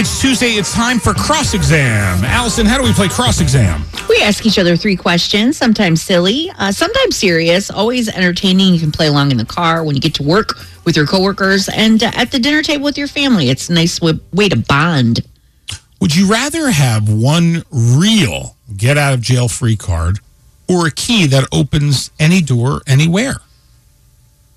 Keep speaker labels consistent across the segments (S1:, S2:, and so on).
S1: It's Tuesday. It's time for cross exam. Allison, how do we play cross exam?
S2: We ask each other three questions, sometimes silly, uh, sometimes serious, always entertaining. You can play along in the car when you get to work with your coworkers and uh, at the dinner table with your family. It's a nice w- way to bond.
S1: Would you rather have one real get out of jail free card or a key that opens any door anywhere?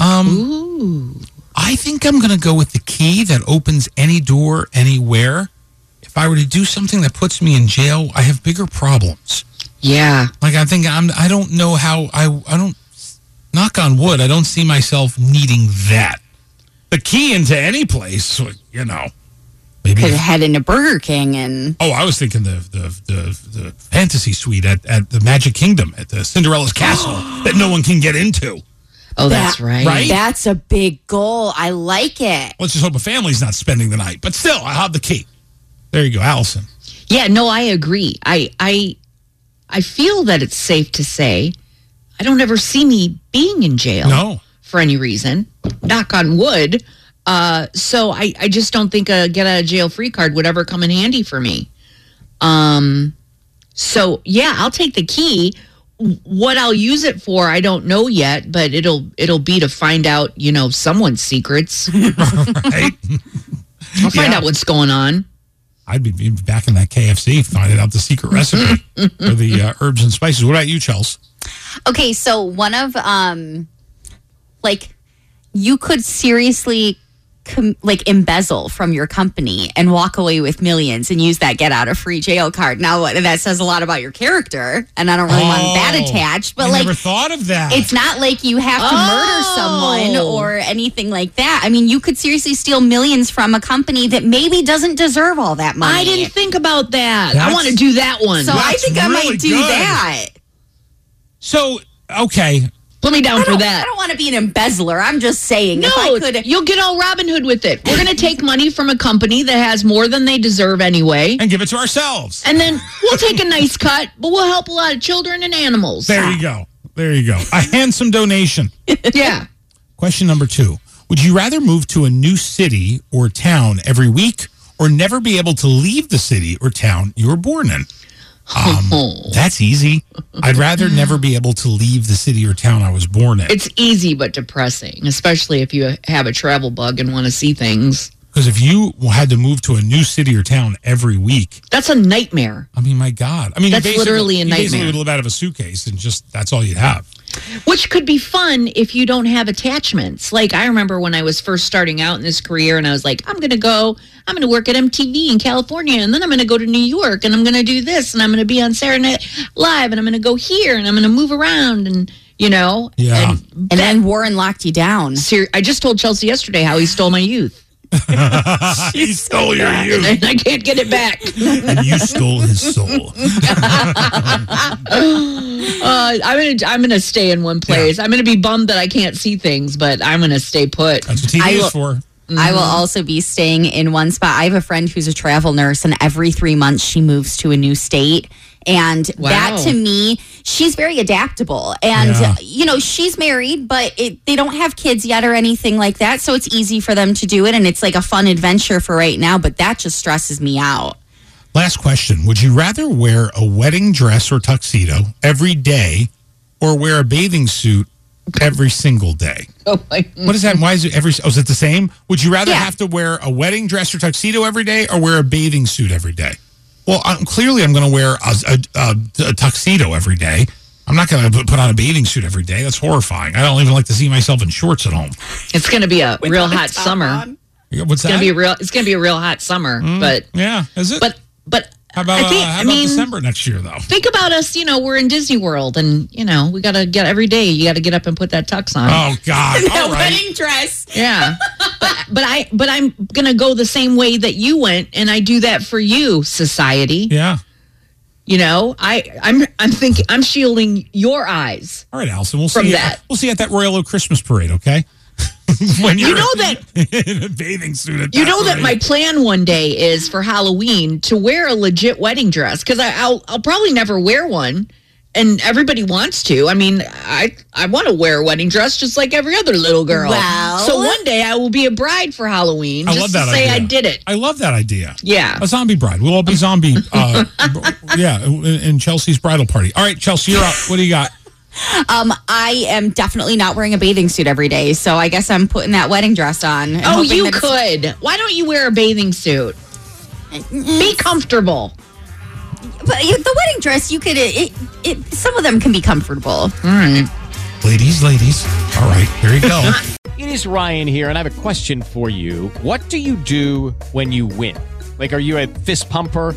S1: Um,
S2: Ooh.
S1: I think I'm going to go with the key that opens any door anywhere. If I were to do something that puts me in jail, I have bigger problems.
S2: Yeah.
S1: Like I think I'm I don't know how I I don't knock on wood, I don't see myself needing that. The key into any place, you know. Maybe
S3: could
S1: if-
S3: head into Burger King and
S1: Oh, I was thinking the the the, the fantasy suite at, at the Magic Kingdom at the Cinderella's castle that no one can get into.
S2: Oh, that's
S3: That-
S2: right.
S1: right?
S3: That's a big goal. I like it.
S1: Let's just hope a family's not spending the night. But still, I'll have the key. There you go, Allison.
S2: Yeah, no, I agree. I I I feel that it's safe to say I don't ever see me being in jail.
S1: No.
S2: for any reason, knock on wood. Uh, so I, I just don't think a get out of jail free card would ever come in handy for me. Um, so yeah, I'll take the key. What I'll use it for, I don't know yet, but it'll it'll be to find out, you know, someone's secrets.
S1: Right?
S2: I'll find
S1: Yeah.
S2: out what's going on.
S1: I'd be- be back in that KFC finding out the secret recipe for the uh, herbs and spices. What about you, Chels?
S3: Okay, so one of um like you could seriously com- like embezzle from your company and walk away with millions and use that get out of free jail card. Now what- that says a lot about your character and I don't really want that
S1: Oh,
S3: attached, but
S1: I
S3: like
S1: never thought of that.
S3: It's not like you have to murder someone
S2: Oh.
S3: or anything like that. I mean, you could seriously steal millions from a company that maybe doesn't deserve all that money.
S2: I didn't think about that. I
S1: That's-
S2: want to do that one.
S3: So I
S1: That's
S3: think I
S1: really
S3: might do
S1: good.
S3: that.
S1: so okay.
S2: Put me down
S3: I
S2: for
S3: don't,
S2: that.
S3: I don't want to be an embezzler. I'm just saying. if
S2: No,
S3: I could,
S2: you'll get all Robin Hood with it. We're going to take money from a company that has more than they deserve anyway.
S1: And give it to ourselves.
S2: And then we'll take a nice cut, but we'll help a lot of children and animals.
S1: There you go. There you go. A handsome donation.
S2: Yeah.
S1: Question number two Would you rather move to a new city or town every week or never be able to leave the city or town you were born in?
S2: Oh.
S1: That's easy. I'd rather never be able to leave the city or town I was born in.
S2: It's easy but depressing, especially if you have a travel bug and want to see things.
S1: Because if you had to move to a new city or town every week,
S2: That's a nightmare,
S1: I mean, my God. I mean, you
S2: That's
S1: basically-
S2: literally a
S1: you basically
S2: nightmare.
S1: would live out of a suitcase and just that's all you'd have.
S2: which could be fun if you don't have attachments. Like, I remember when I was first starting out in this career, and I was like, I'm going to go, I'm going to work at MTV in California, and then I'm going to go to New York, and I'm going to do this, and I'm going to be on Saturday Night Live, and I'm going to go here, and I'm going to move around, and, you know,
S1: Yeah.
S2: and
S3: and then Warren locked you down.
S2: Ser- I just told Chelsea yesterday how he stole my youth,
S1: he stole your youth.
S2: and I can't get it back.
S1: and you stole his soul.
S2: Uh, I'm gonna I'm gonna stay in one place. I'm gonna be bummed that I can't see things, but I'm gonna stay put.
S1: That's what TV
S3: I
S1: is
S3: will-
S1: for.
S2: Mm-hmm.
S3: I will also be staying in one spot. I have a friend who's a travel nurse, and every three months she moves to a new state. And
S2: Wow.
S3: that to me, she's very adaptable. And,
S1: Yeah.
S3: you know, she's married, but it, they don't have kids yet or anything like that. So it's easy for them to do it. And it's like a fun adventure for right now. But that just stresses me out.
S1: Last question. Would you rather wear a wedding dress or tuxedo every day or wear a bathing suit every single day?
S2: Oh my!
S1: What is that? Why is it every? Oh, is it the same? Would you rather
S3: Yeah.
S1: have to wear a wedding dress or tuxedo every day or wear a bathing suit every day? Well, I'm, clearly I'm going to wear a, a, a, a tuxedo every day. I'm not going to put on a bathing suit every day. That's horrifying. I don't even like to see myself in shorts at home.
S2: It's gonna be a real hot summer.
S1: What's
S2: It's
S1: that?
S2: gonna be a real. It's gonna be a real hot summer. But
S1: yeah, is it?
S2: but but
S1: Hmm. How about,
S2: I think-
S1: uh, how
S2: I
S1: about
S2: mean-
S1: December next year, though?
S2: Think about us, you know, we're in Disney World and, you know, we got to get every day, you got to get up and put that tux on.
S1: Oh, God.
S3: that
S1: All right.
S3: wedding dress.
S2: Yeah. but, but I but I'm going to go the same way that you went and I do that for you, society.
S1: Yeah.
S2: You know, I I'm I'm thinking I'm shielding your eyes.
S1: All right, Allison. We'll
S2: From
S1: see.
S2: that.
S1: We'll see you at that Royal Oak Christmas parade, okay? when
S2: You
S1: you're
S2: know that
S1: in a bathing suit. At
S2: you know that
S1: parade.
S2: my plan one day is for Halloween to wear a legit wedding dress cuz I I'll, I'll probably never wear one and everybody wants to. I mean, I I want to wear a wedding dress just like every other little girl.
S3: Well.
S2: So one day I will be a bride for Halloween
S1: I
S2: just
S1: love that
S2: to say
S1: idea.
S2: I did it.
S1: I love that idea.
S2: Yeah.
S1: A zombie bride. We'll all be zombie. Uh, b- yeah, in, in Chelsea's bridal party. All right, Chelsea, you're up. What do you got?
S3: Um, I am definitely not wearing a bathing suit every day, so I guess I'm putting that wedding dress on. and
S2: Oh,
S3: hoping
S2: you
S3: that it's-
S2: could. Why don't you wear a bathing suit? Be comfortable.
S3: But you- the wedding dress, you could. It, it, some of them can be comfortable.
S1: Ladies, ladies. All right, here you go.
S4: It is Ryan here, and I have a question for you. What do you do when you win? Like, are you a fist pumper?